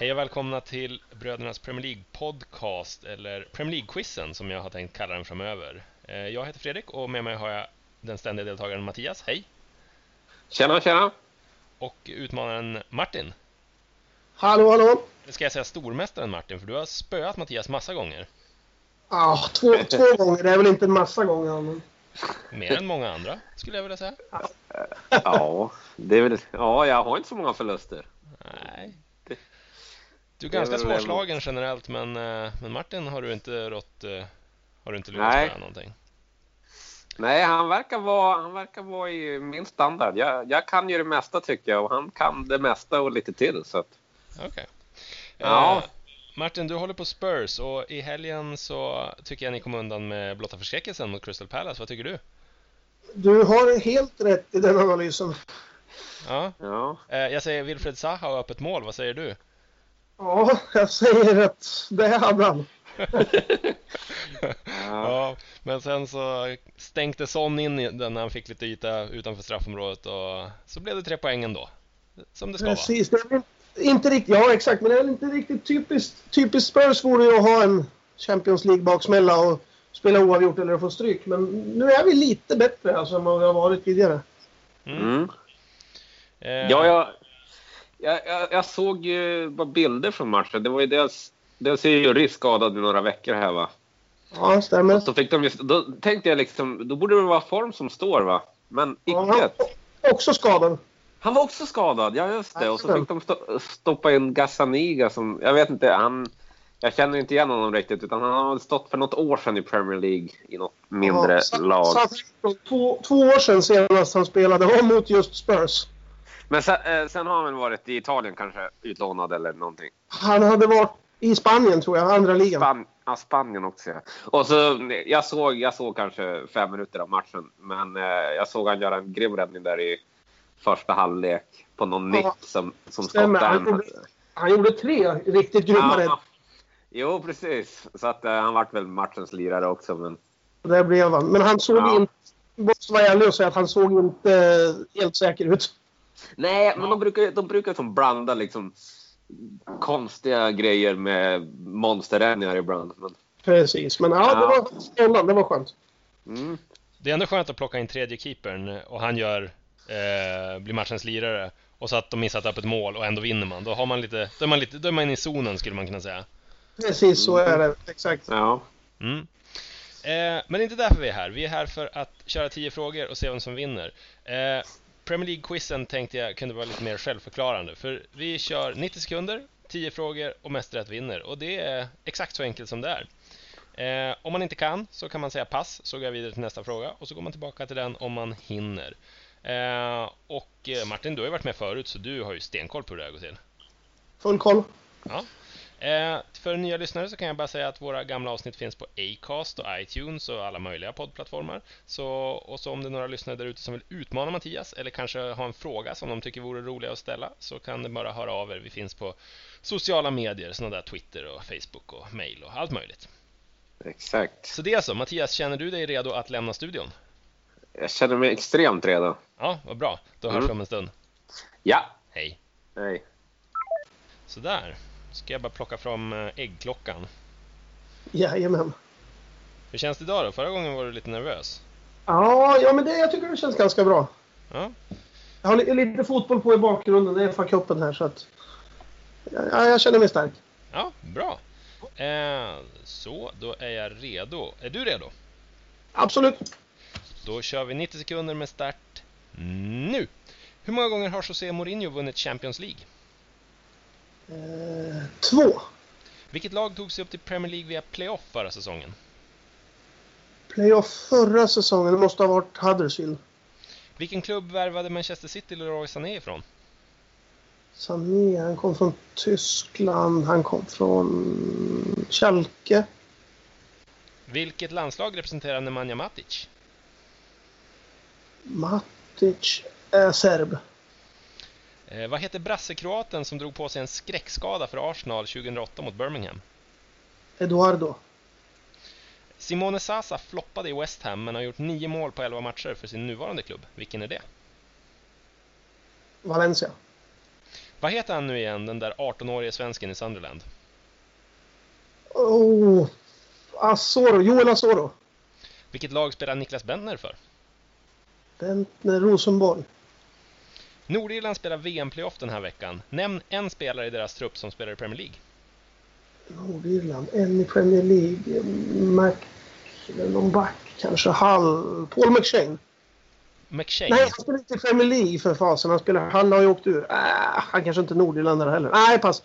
Hej och välkomna till Brödernas Premier League podcast, eller Premier League-quizen som jag har tänkt kalla den framöver. Eh, Jag heter Fredrik och med mig har jag den ständiga deltagaren Mattias, hej! Tjena, tjena! Och utmanaren Martin. Hallå, hallå! Eller ska jag säga stormästaren Martin, för du har spöat Mattias massa gånger. Ah, två, två gånger, det är väl inte en massa gånger. Men... Mer än många andra, skulle jag vilja säga. Ja, det är väl, ja, jag har inte så många förluster. Nej. Det- Du är det är ganska väl det. svårslagen generellt, men, eh, men Martin har du inte rått, eh, har du inte lyckats Nej. spöa någonting. Nej, han verkar vara, han verkar vara i min standard. Jag, jag kan ju det mesta tycker jag och han kan det mesta och lite till. Så att, Okej. Ja. Eh, Martin, du håller på Spurs och i helgen så tycker jag ni kom undan med blotta förskräckelsen mot Crystal Palace. Vad tycker du? Du har helt rätt i den analysen. Ja. ja. Eh, Jag säger Wilfred Zaha och öppet mål. Vad säger du? Ja, jag säger att det hade han. Ja, men sen så stänkte Son in i den när han fick lite yta utanför straffområdet och så blev det tre poäng ändå. Som det ska vara. Precis. Det är väl inte riktigt, ja exakt, men det är väl inte riktigt typiskt. Typiskt Spurs vore ju att ha en Champions League-baksmälla och spela oavgjort eller få stryk. Men nu är vi lite bättre alltså, än vad vi har varit tidigare. Mm. Eh, Ja, jag, jag, jag, jag såg ju bara bilder från matchen. Det var ju dels, dels är ju Riss skadad i några veckor här va. Ja, stämmer. Och så fick de just, då tänkte jag liksom, då borde det vara form som står va. Men Ja, icke. också skadad. Han var också skadad, ja just det. Och så fick de sto- stoppa in Gazzaniga som, jag vet inte, han... Jag känner inte igen honom riktigt, utan han har väl stått för något år sedan i Premier League i något mindre Ja, Sa- lag. Sa- Två, två år sedan senast han spelade var mot just Spurs. Men sen, eh, sen har han väl varit i Italien kanske, utlånad eller någonting. Han hade varit i Spanien tror jag, andra ligan. Span ja, Spanien också ja. Och så, jag, såg, jag såg kanske fem minuter av matchen, men eh, jag såg han göra en grym räddning där i första halvlek på någon Ja. nick som, som Stämmer, skottade. han gjorde- Han gjorde tre riktigt grymma räddningar. Jo, precis. Så att, eh, han vart väl matchens lirare också. Men... Där blev han. Men han såg Ja. inte... Måste vara ärlig och säga att han såg inte eh, helt säker ut. Nej, men de brukar, de brukar som blanda liksom, konstiga grejer med monsterräddningar ibland. Men, Precis, men ja, Ja. det var spännande. Det var skönt. mm. Det är ändå skönt att plocka in tredje keepern och han gör, eh, blir matchens lirare och så att de missar att öppet mål och ändå vinner man. Då, har man lite, då, är man lite, då är man inne i zonen skulle man kunna säga. Precis så är det. Exakt. ja. Mm. Eh, men det är inte därför vi är här. Vi är här för att köra 10 frågor och se vem som vinner. Eh, Premier League-quizen tänkte jag kunde vara lite mer självförklarande. För vi kör 90 sekunder, 10 frågor och mest rätt vinner. Och det är exakt så enkelt som det är. Eh, om man inte kan så kan man säga pass, så går jag vidare till nästa fråga och så går man tillbaka till den om man hinner. Eh, och eh, Martin, du har ju varit med förut så du har ju stenkoll på hur det här går till. Full koll. Eh, för nya lyssnare så kan jag bara säga att våra gamla avsnitt finns på Acast och iTunes och alla möjliga poddplattformar. Så, och så om det är några lyssnare där ute som vill utmana Mattias eller kanske ha en fråga som de tycker vore rolig att ställa så kan ni bara höra av er. Vi finns på sociala medier, sådana där Twitter och Facebook och mail och allt möjligt. Exakt. Så det är så. Mattias, känner du dig redo att lämna studion? Jag känner mig extremt redo. Ja, vad bra. Då hörs Mm. vi om en stund. Ja. Hej. Nej. Sådär. Ska jag bara plocka fram eh, äggklockan. Jajamän. Hur känns det idag då? Förra gången var du lite nervös. Ja, ja men det, jag tycker det känns ganska bra. Ja. Jag har li- lite fotboll på i bakgrunden. Det är FA-cupen här så att... Ja, jag känner mig stark. Ja, bra. Eh, så, då är jag redo. Är du redo? Absolut. Då kör vi 90 sekunder med start nu! Hur många gånger har José Mourinho vunnit Champions League? Eh, två. Vilket lag tog sig upp till Premier League via playoff förra säsongen? Playoff förra säsongen. Det måste ha varit Huddersfield. Vilken klubb värvade Manchester City Leroy Sané ifrån? Sané, han kom från Tyskland, han kom från Schalke. Vilket landslag representerar Nemanja Matic? Matic är serb. Eh, vad heter brassekroaten som drog på sig en skräckskada för Arsenal 2008 mot Birmingham? Eduardo. Simone Sasa floppade i West Ham men har gjort 9 mål på 11 matcher för sin nuvarande klubb. Vilken är det? Valencia. Vad heter han nu igen, den där 18-årige svensken i Sunderland? Oh, Asoro, Joel Asoro. Vilket lag spelar Niklas Bentner för? Bentner Rosenborg. Nordirland spelar VM-playoff den här veckan. Nämn en spelare i deras trupp som spelar i Premier League. Nordirland, en i Premier League. Mac... eller Någon back kanske. Hall. Paul McShane. McShane? Nej, han spelar inte i Premier League för fasen. Han, spelar, han har ju åkt ur. Ah, han kanske inte är nordirländare heller. Nej, pass.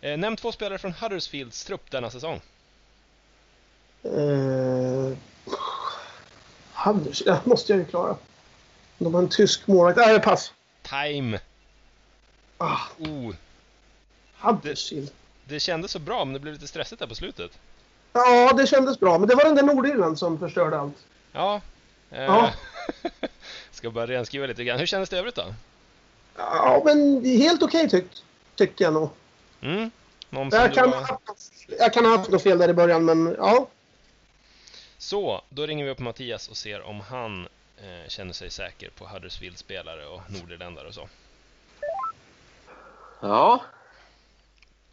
Eh, nämn två spelare från Huddersfields trupp denna säsong. Eh, Hammers, ja, måste jag ju klara. De har en tysk målvakt. Nej, pass. Time! Ah, Oh, Huddersfield. det kändes så bra men det blev lite stressigt där på slutet. Ja, det kändes bra. Men det var den där Nordirland som förstörde allt. Ja. Eh, Ja. ska bara renskriva lite grann. Hur kändes det i övrigt då? Ja, men helt okej tyck, tyckte jag nog. Mm? Någon som Jag du kan, bara- ha haft- jag kan ha haft något fel där i början, men ja. Så, då ringer vi upp Mattias och ser om han eh, känner sig säker på Huddersfield-spelare och nordirländare och så. Ja,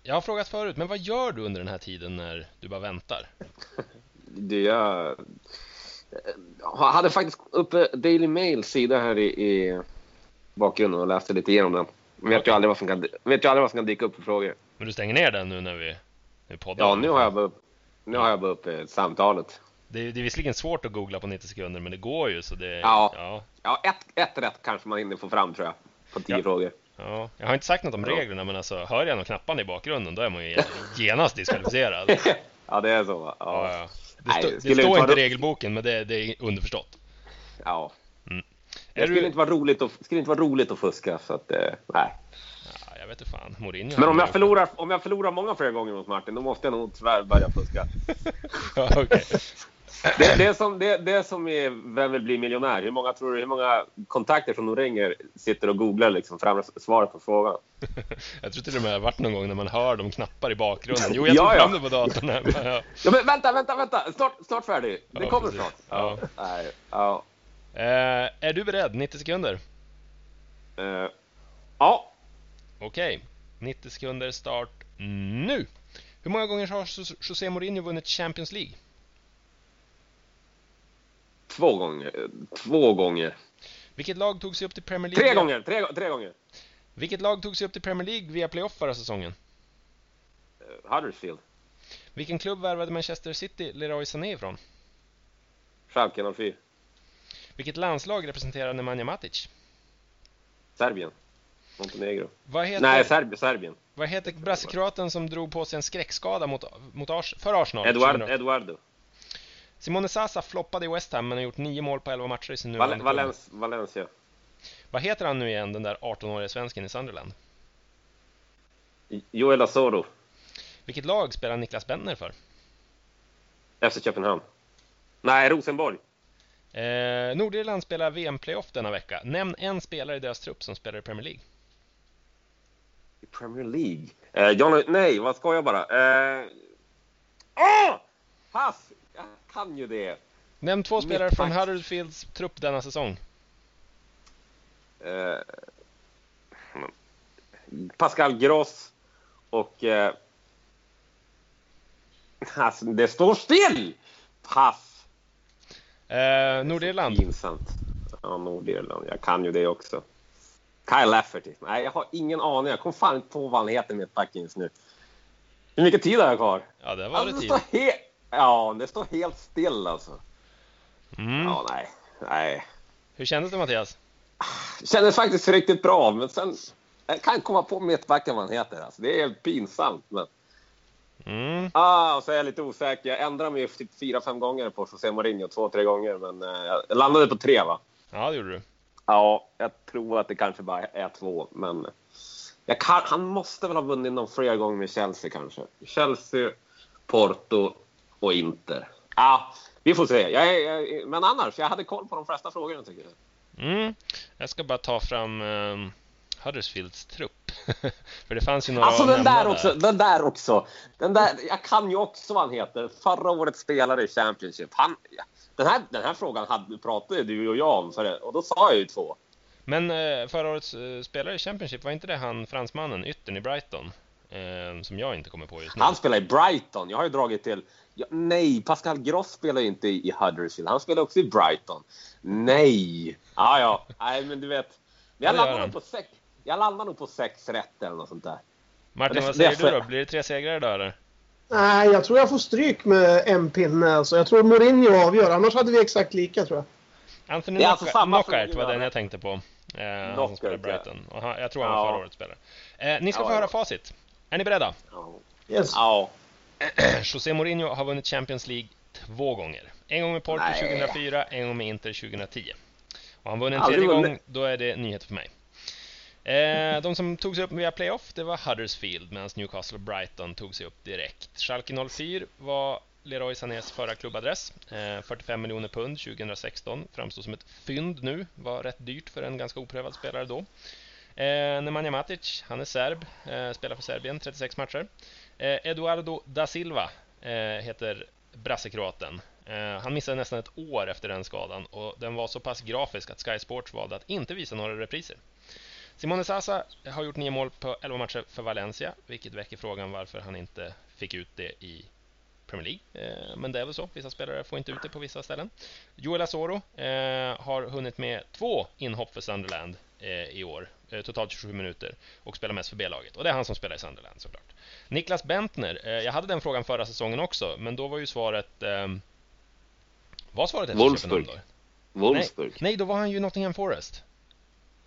Jag har frågat förut, men vad gör du under den här tiden när du bara väntar? du, jag eh, jag hade faktiskt uppe Daily Mails sida här i, i bakgrunden och läste lite igenom den. Vet ju aldrig vad som kan, vet ju aldrig vad som kan dyka upp för frågor. Men du stänger ner den nu när vi, när vi poddar? Ja, nu har jag bara upp, nu har jag bara uppe samtalet. Det, är- det är visserligen svårt att googla på 90 sekunder, men det går ju så det... Ja. Ja, Ja, ett, ett rätt kanske man hinner få fram tror jag. På tio Ja. frågor. ja. Jag har inte sagt något om Ja. reglerna, men alltså hör jag någon knapparna i bakgrunden, då är man ju genast diskvalificerad. Ja, Ja, det är så. va? Ja. ja. Det, Nej, stå, det det skulle står inte inte i vara- regelboken, men det, det är underförstått. ja. Är Det skulle, du... inte vara roligt att, skulle inte vara roligt att fuska. Så att, eh, nej. ja, jag vet inte fan, Mourinho... Men om jag, förlorar, om jag förlorar många fler gånger mot Martin, då måste jag nog tyvärr börja fuska. Ja, okej. Det, det, är som, det, det är som i Vem vill bli miljonär? Hur många, tror du, hur många kontakter som de ringer sitter och googlar liksom fram svaret på frågan? Jag tror till och med det har varit någon gång när man hör de knappar i bakgrunden. Jo, jag Ja, tog ja. fram det på datorn här. men ja. Ja, men vänta, vänta, vänta! Snart, snart färdig! Det Ja, kommer precis. snart. Ja. Nej, ja. Eh, är du beredd? 90 sekunder. Eh, ja. Okej, 90 sekunder start nu! Hur många gånger har Jos- José Mourinho vunnit Champions League? Två gånger. Två gånger. Vilket lag tog sig upp till Premier League? Tre gånger! Tre, tre gånger! Vilket lag tog sig upp till Premier League via playoff förra säsongen? Eh, Huddersfield. Vilken klubb värvade Manchester City Leroy Sané ifrån? Schalke 04. Serbien. Montenegro. Vad heter, Nej, Serb Serbien. vad heter brassekroaten som drog på sig en skräckskada mot, mot Ars, för Arsenal? Eduard, 2008? Eduardo. Simone Sasa floppade i West Ham men har gjort nio mål på 11 matcher i sin nuvarande Val klubb. Valens Valencia. Vad heter han nu igen, den där 18-årige svensken i Sunderland? Joel Asoro. Vilket lag spelar Niklas Bentner för? FC Köpenhamn. Nej, Rosenborg. Eh, Nordirland spelar VM-playoff denna vecka. Nämn en spelare i deras trupp som spelar i Premier League. I Premier League? Eh, John, nej, vad ska jag bara? Eh, åh! Pass! Jag kan ju det. Nämn två spelare Mittback. från Huddersfields trupp denna säsong. Eh, Pascal Gross och... Eh, alltså, det står still! Pass! Alltså, Eh, Nordirland. Pinsamt. Ja, Nordirland. Jag kan ju det också. Kyle Lafferty. Nej, jag har ingen aning. Jag kommer fan inte på vad han heter med backen just nu. Hur mycket tid har jag kvar? Ja, där var det Alltså, det tid. står he- ja, det står helt still alltså. Mm. Ja, nej. nej. Hur kändes det Mattias? Det Kändes faktiskt riktigt bra, men sen... Jag kan komma på mittbacken vad han heter. Alltså. Det är helt pinsamt. Men... Mm. Ah, och så är jag lite osäker. Jag ändrade mig typ fyra, fem gånger på José Mourinho. Två, tre gånger. Men eh, jag landade på tre, va? Ja, det gjorde du. Ja, jag tror att det kanske bara är två, men jag kan, han måste väl ha vunnit någon fler gånger med Chelsea kanske. Chelsea, Porto och Inter. Ja, vi får se. Jag, är- jag, men annars, jag hade koll på de flesta frågorna tycker jag. Mm. Jag ska bara ta fram ehm, Huddersfields trupp. för det fanns ju några Alltså att den nämna där också, den där också. Den där, jag kan ju också vad han heter. Förra årets spelare i Championship. Han, den, här, den här frågan hade, pratade ju du och jag om förut, och då sa jag ju två. Men eh, förra årets eh, spelare i Championship, var inte det han fransmannen, yttern i Brighton? Eh, som jag inte kommer på just nu. Han spelar i Brighton. Jag har ju dragit till... Ja, nej, Pascal Gross spelar ju inte i i Huddersfield. Han spelar också i Brighton. Nej! Ah, ja, Nej, men du vet. Men jag, Ja, det gör landar han. nog på sex, jag landar nog på sex rätt eller något sånt där. Martin, det- vad det är säger du för- då? Blir det tre segrar idag eller? Nej, jag tror jag får stryk med en pinne. Alltså. Jag tror Mourinho avgör. Annars hade vi exakt lika tror jag. Anthony Det är Knockout alltså samma som Knockout var Mourinho, den va? jag tänkte på. Eh, han som Knockout, spelar i ja. Brighton. Och han, jag tror han var Ja. förra årets spelare. Eh, ni ska Ja, få höra ja. facit. Är ni beredda? Ja. Yes. Ja. José Mourinho har vunnit Champions League två gånger. En gång med Porto Nej. 2004, en gång med Inter 2010. Och han vunnit en Aldrig tredje gång, vunnit. då är det nyheter för mig. Eh, de som tog sig upp via playoff, det var Huddersfield medan Newcastle och Brighton tog sig upp direkt. Schalke 04 var Leroy Sanés förra klubbadress. Eh, 45 miljoner pund 2016. Framstod som ett fynd nu. Var rätt dyrt för en ganska oprövad spelare då. Eh, Nemanja Matic, han är serb. Eh, spelar för Serbien, 36 matcher. Eh, Eduardo da Silva eh, heter brassekroaten. Eh, han missade nästan ett år efter den skadan och den var så pass grafisk att Sky Sports valde att inte visa några repriser. Simone Sasa har gjort nio mål på 11 matcher för Valencia, vilket väcker frågan varför han inte fick ut det i Premier League. Eh, men det är väl så, vissa spelare får inte ut det på vissa ställen. Joel Asoro eh, har hunnit med två inhopp för Sunderland eh, i år, eh, totalt 27 minuter, och spelar mest för B-laget. Och det är han som spelar i Sunderland såklart. Niklas Bentner, eh, jag hade den frågan förra säsongen också, men då var ju svaret... ehm, var svaret ett Wolfsburg. Köpenhamn då? Wolfsburg. Nej, då var han ju Nottingham Forest.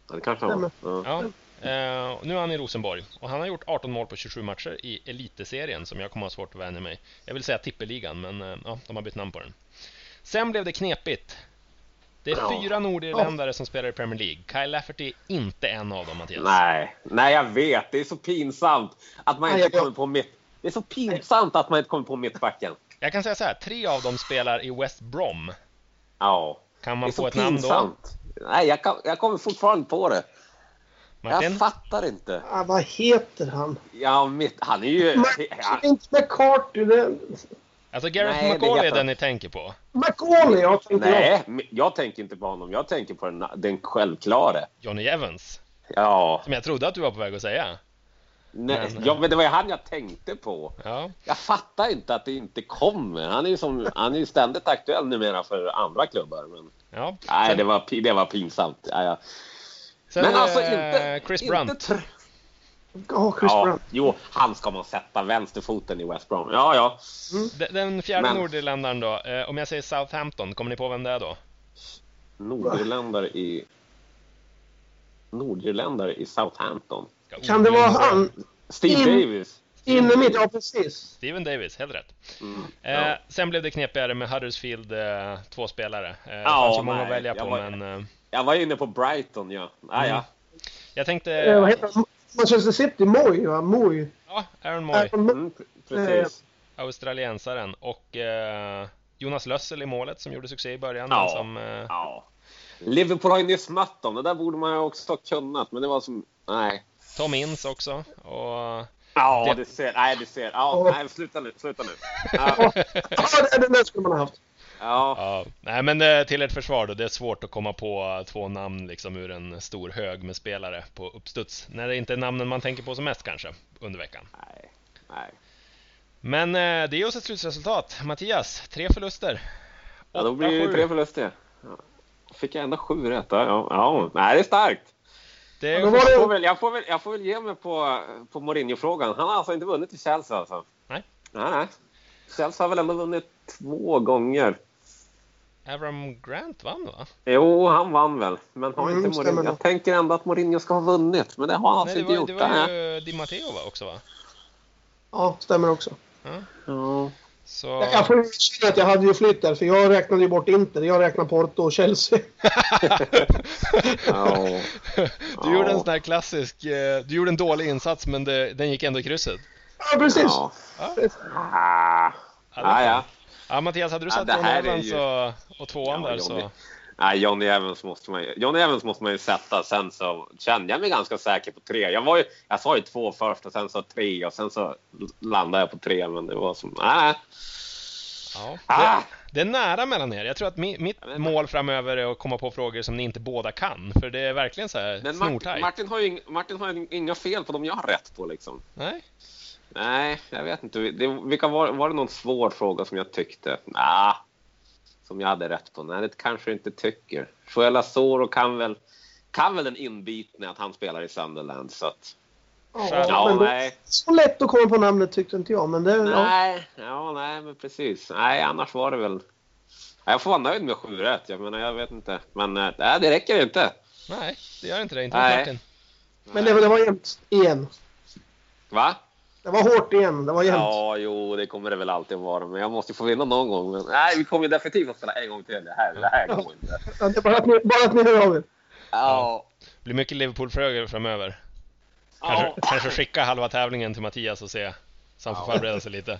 Ja, det kanske han var. Ja. Ja. Eh, nu är han i Rosenborg och han har gjort 18 mål på 27 matcher i Eliteserien som jag kommer ha svårt att vänja mig. Jag vill säga tippeligan, men eh, ja, de har bytt namn på den. Sen blev det knepigt. Det är Ja. fyra nordirländare som spelar i Premier League. Kyle Lafferty är inte en av dem, Mattias. Nej. Nej, jag vet. Det är så pinsamt att man Nej, inte jag- kommer på mitt... Det är så pinsamt att man inte kommer på mittbacken. Jag kan säga så här, tre av dem spelar i West Brom. Ja. Kan Det är man få så ett namn då? pinsamt. Nej, jag, kan, jag kommer fortfarande inte på det. Martin? Jag fattar inte. Ah, vad heter han? Ja, mitt, han är ju... Mac- Han, inte McCarthy. Det... Alltså Gareth Nej, det McCauley är heter den han. ni tänker på. McAuley, jag tänkte jag. nej, men jag tänker inte på honom. Jag tänker på den, den självklare. Johnny Evans, Ja, som jag trodde att du var på väg att säga. nej, Men- ja, men det var ju han jag tänkte på. Ja. Jag fattar inte att det inte kommer. Han är ju, som, han är ju ständigt aktuell numera för andra klubbar. Men, ja. nej, Sen- det var, pi- det var pinsamt. Ja, ja. Sen, men alltså eh, inte... Chris inte Brunt. tr- Ja, Chris Ja, Brown. jo, han ska man sätta vänsterfoten i West Brom. Ja, ja. Den, den fjärde Men- nordirländaren då, eh, om jag säger Southampton, kommer ni på vem det är då? Nordirländare i... Nordirländare i Southampton. Ska Kan det vara Olinda- han? Steve In- Davis. Inne mitt, ja precis. Steven Davis, helt rätt. Mm, Eh, ja. Sen blev det knepigare med Huddersfield, eh, två spelare. Eh, det Ja, fanns ju många nej, att välja jag på, var- men eh, Jag var inne på Brighton, ja. Ah, Mm. ja. jag tänkte... Eh, vad heter han? Manchester City, Moy va? Moy. Ja, Aaron Moy, Aaron Moy. Mm, pr- precis. australiensaren, och eh, Jonas Lössel i målet som gjorde succé i början. Ja. men Som, eh, Ja. Liverpool har ju nyss mött dem. Det där borde man ju också ha kunnat, men det var som... Nej. Tom Ince också. Och, Ja, Det- du ser. Nej, du ser. Ja, Åh. nej, sluta nu. Sluta nu. Ja, Ja, det- den där skulle man ha haft. ja. ja. Nej, men eh, till ert försvar då, det är svårt att komma på eh, två namn liksom ur en stor hög med spelare på uppstuds. När det inte är namnen man tänker på som mest kanske, under veckan. Nej, nej. Men eh, det är oss ett slutresultat. Mattias, tre förluster. Ja, då blir det ju 8-7. tre förluster. Ja. Fick jag ändå sju rätt? Ja, ja. ja. Nej, det är starkt. Det Ja, då är... var- Jag får väl, jag får väl, jag får väl ge mig på, på Mourinho-frågan. Han har alltså inte vunnit i Chelsea alltså? Nej. Nej, nej. Chelsea har väl ändå vunnit två gånger. Avram Grant vann va? Jo, han vann väl. Men har Mm, inte stämmer Mourinho... det. Jag tänker ändå att Mourinho ska ha vunnit, men det har han alltså Nej, det inte var, gjort. det var Nej. ju Di Matteo va, också va? Ja, stämmer också. Ja. Så... Jag- Jag får ju erkänna att jag hade ju flytt där, för jag räknade ju bort Inter. Jag räknade Porto och Chelsea. Ja. du gjorde en sån här klassisk, eh, du gjorde en dålig insats men det, den gick ändå i krysset. Ja, precis. Ja. Ah. Ja, det- Ah, ja. ja, Mattias, hade du Ja, satt det John här är Evans ju- och, och tvåan Ja, där Johnny. så... Nej, Johnny Evans måste man ju, Johnny Evans måste man ju sätta. Sen så kände jag mig ganska säker på tre. Jag, var ju, jag sa ju två först och sen så tre och sen så landade jag på tre. Men det var som... Nej. Ja. Ah! Det, Det är nära mellan er. Jag tror att mi, mitt mål framöver är att komma på frågor som ni inte båda kan. För det är verkligen så här Men Martin, snortajt. Martin har ju ing- Martin har ju inga fel på dem jag har rätt på liksom. Nej? Nej, jag vet inte. Det, vilka var, var det någon svår fråga som jag tyckte? Nah, som jag hade rätt på? Nej, det kanske jag inte tycker. Joella Soro kan väl, kan väl den inbitne att han spelar i Sunderland. Så att, ja, men det- nej. Så lätt att komma på namnet tyckte inte jag, men det... Ja. Nej, ja, nej, men precis. Nej, annars var det väl... Nej, Jag får vara nöjd med 7 rätt. Jag menar, jag vet inte. Men eh, nej, det räcker ju inte. Nej, det gör inte det. Inte Nej. mot Martin. Men det, var- det var jämnt igen. Va? Det var hårt igen. Det var jämnt. Ja, jo, det kommer det väl alltid att vara. Men jag måste ju få vinna någon gång. Men, nej, vi kommer ju definitivt att spela en gång till. Det här, det här går inte. Ja, det är bara, att ni, bara att ni hör av er. Ja. Det blir mycket Liverpool-frågor framöver. Kanske, Ja. kanske skicka halva tävlingen till Mattias och se. Så han får Ja. förbereda sig lite.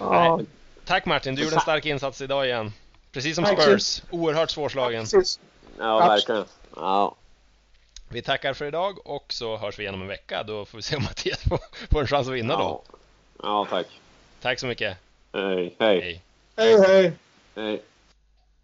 Ja, Nej. Tack Martin, du gjorde en stark insats idag igen. Precis som Tack. Spurs, oerhört svårslagen. precis. Ja, Absolut. verkligen. Ja. Vi tackar för idag och så hörs vi igen om en vecka. Då får vi se om Mattias får- får en chans att vinna då. Ja, tack. Tack så mycket. Hej, hej. Hej. Hej, hej. hej.